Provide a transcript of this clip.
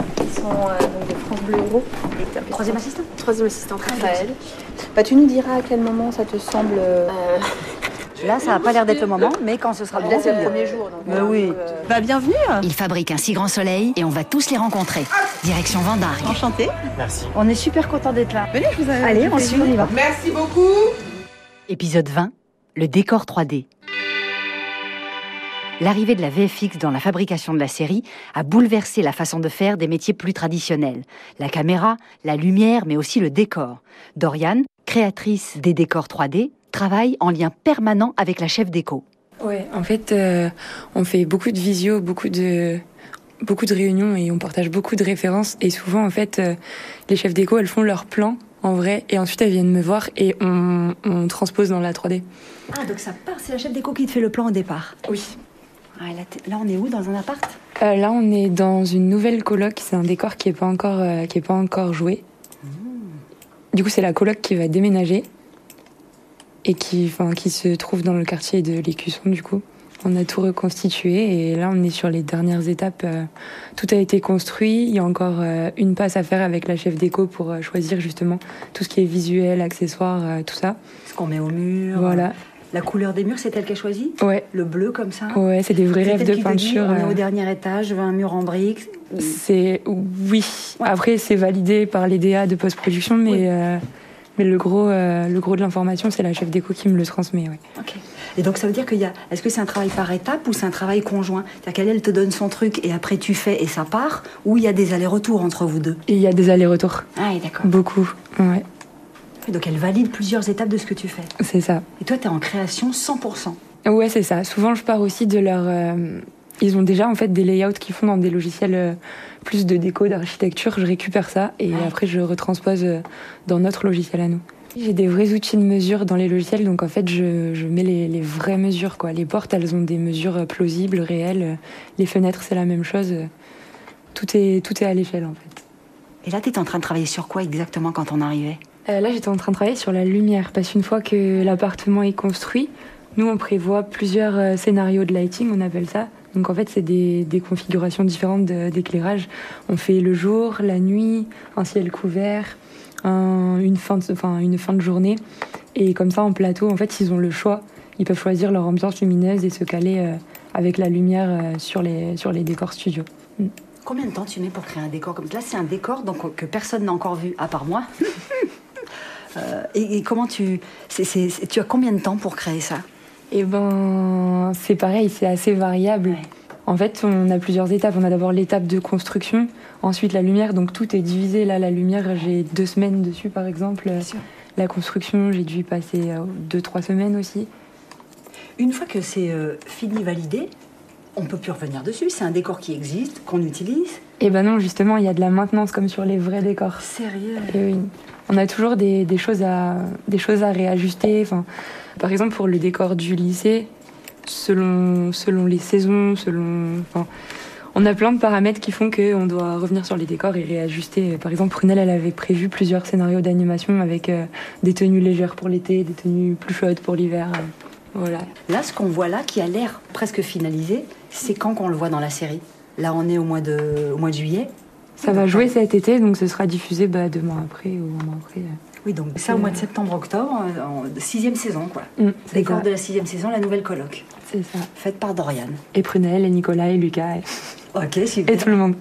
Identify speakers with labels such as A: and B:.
A: euh, donc de France Bleu Euro. Et, euh,
B: Troisième assistant.
A: Troisième assistante Raphaël. Bah, tu nous diras à quel moment ça te semble. euh,
B: Là, ça n'a pas l'air d'être le moment, mais quand ce sera le
A: Là,
B: moment,
A: c'est le
B: on
A: premier jour. donc,
B: Mais
A: voilà,
B: oui.
A: on peut, euh,
C: Bah, bienvenue,
D: Ils fabriquent un si grand soleil et on va tous les rencontrer. Direction Vendargue.
C: enchantée.
B: dit. On est super content d'être là.
C: Venez, je vous invite.
B: Allez, on suit, on y va.
E: Merci beaucoup.
B: Épisode 20, le décor 3D. L'arrivée de la VFX dans la fabrication de la série a bouleversé la façon de faire des métiers plus traditionnels. La caméra, la lumière, mais aussi le décor. Dorian, créatrice des décors 3D, travaille en lien permanent avec la chef déco.
F: Ouais, en fait, euh, on fait beaucoup de visio, beaucoup de beaucoup de réunions et on partage beaucoup de références et souvent en fait euh, les chefs d'éco elles font leur plan en vrai et ensuite elles viennent me voir et on, on transpose dans la 3D.
B: Ah, donc ça part, c'est la chef déco qui te fait le plan au départ.
F: Oui.
B: Ah, là, on est où Dans un appart
F: Euh, là on est dans une nouvelle coloc, c'est un décor qui est pas encore euh, qui est pas encore joué.
B: Mmh.
F: Du coup, c'est la coloc qui va déménager et qui enfin qui se trouve dans le quartier de l'Écusson du coup. On a tout reconstitué et là on est sur les dernières étapes. euh, Tout a été construit. Il y a encore euh, une passe à faire avec la chef déco pour euh, choisir justement tout ce qui est visuel, accessoires, euh, tout ça.
B: Ce qu'on met au mur. Euh,
F: Voilà.
B: La couleur des murs, c'est elle qui a choisi
F: Ouais.
B: Le bleu comme ça
F: Ouais, c'est des vrais
B: C'est
F: rêves
B: elle
F: de
B: qui te dit,
F: peinture.
B: on est
F: euh,
B: au dernier étage, je veux un mur en briques.
F: C'est oui. Après, c'est validé par les DA de post-production, mais euh, mais le gros euh, le gros de l'information, c'est la chef déco qui me le transmet. ouais.
B: Ok. Et donc ça veut dire qu'il y a. Est-ce que c'est un travail par étape ou c'est un travail conjoint C'est-à-dire qu'elle elle te donne son truc et après tu fais et ça part Ou il y a des allers-retours entre vous deux
F: Et il y a des allers-retours,
B: Ah, et d'accord.
F: beaucoup. Ouais,
B: Et Donc elle valide plusieurs étapes de ce que tu fais.
F: c'est ça.
B: Et toi, tu es en création 100%.
F: Ouais, c'est ça. Souvent, je pars aussi de leur. euh, ils ont déjà en fait des layouts qu'ils font dans des logiciels euh, plus de déco, d'architecture. Je récupère ça et après je retranspose euh, dans notre logiciel à nous. J'ai des vrais outils de mesure dans les logiciels, donc en fait je, je mets les, les vraies mesures. Quoi. Les portes, elles ont des mesures euh, plausibles, réelles. Euh, Les fenêtres, c'est la même chose. Euh, Tout est, tout est à l'échelle en fait.
B: Et là, tu en train de travailler sur quoi exactement quand on arrivait
F: Euh, là, j'étais en train de travailler sur la lumière, parce qu'une fois que l'appartement est construit, nous, on prévoit plusieurs euh, scénarios de lighting, on appelle ça. Donc en fait, c'est des, des configurations différentes de- d'éclairage. On fait le jour, la nuit, un ciel couvert, un- une, fin de, enfin, une fin de journée. Et comme ça, en plateau, en fait, ils ont le choix. Ils peuvent choisir leur ambiance lumineuse et se caler euh, avec la lumière euh, sur, les, sur les décors studio.
B: Combien de temps tu mets pour créer un décor comme ça Là, c'est un décor donc, que personne n'a encore vu, à part moi. Euh, et, et comment tu. c'est- c'est- c'est- tu as combien de temps pour créer ça
F: Eh ben, c'est pareil, c'est assez variable.
B: Ouais.
F: En fait, on a plusieurs étapes. On a d'abord l'étape de construction, ensuite la lumière. Donc tout est divisé. Là, la lumière, j'ai deux semaines dessus, par exemple.
B: sûr.
F: La construction, j'ai dû y passer euh, deux, trois semaines aussi.
B: Une fois que c'est euh, fini, validé, on peut plus revenir dessus. C'est un décor qui existe, qu'on utilise.
F: Eh ben non, justement, il y a de la maintenance comme sur les vrais décors.
B: Sérieux.
F: Et oui, on a toujours des, des choses, à, des choses à réajuster. Enfin, par exemple, pour le décor du lycée, selon, selon les saisons, selon. Enfin, on a plein de paramètres qui font qu'on doit revenir sur les décors et réajuster. Par exemple, Prunelle, elle avait prévu plusieurs scénarios d'animation avec euh, des tenues légères pour l'été, des tenues plus chaudes pour l'hiver. euh, Voilà.
B: Là, ce qu'on voit là, qui a l'air presque finalisé, c'est quand qu'on le voit dans la série. Là, on est au mois de, au mois de juillet.
F: Ça va jouer cet été, donc ce sera diffusé bah, deux mois après ou un mois après.
B: Oui, donc ça au mois de septembre-octobre, euh, en sixième saison, quoi.
F: euh.
B: Décor de la sixième saison, la nouvelle colloque,
F: C'est ça.
B: faite par Dorian.
F: Et Prunelle, et Nicolas, et Lucas, et-
B: Ok,
F: et
B: super.
F: tout le monde.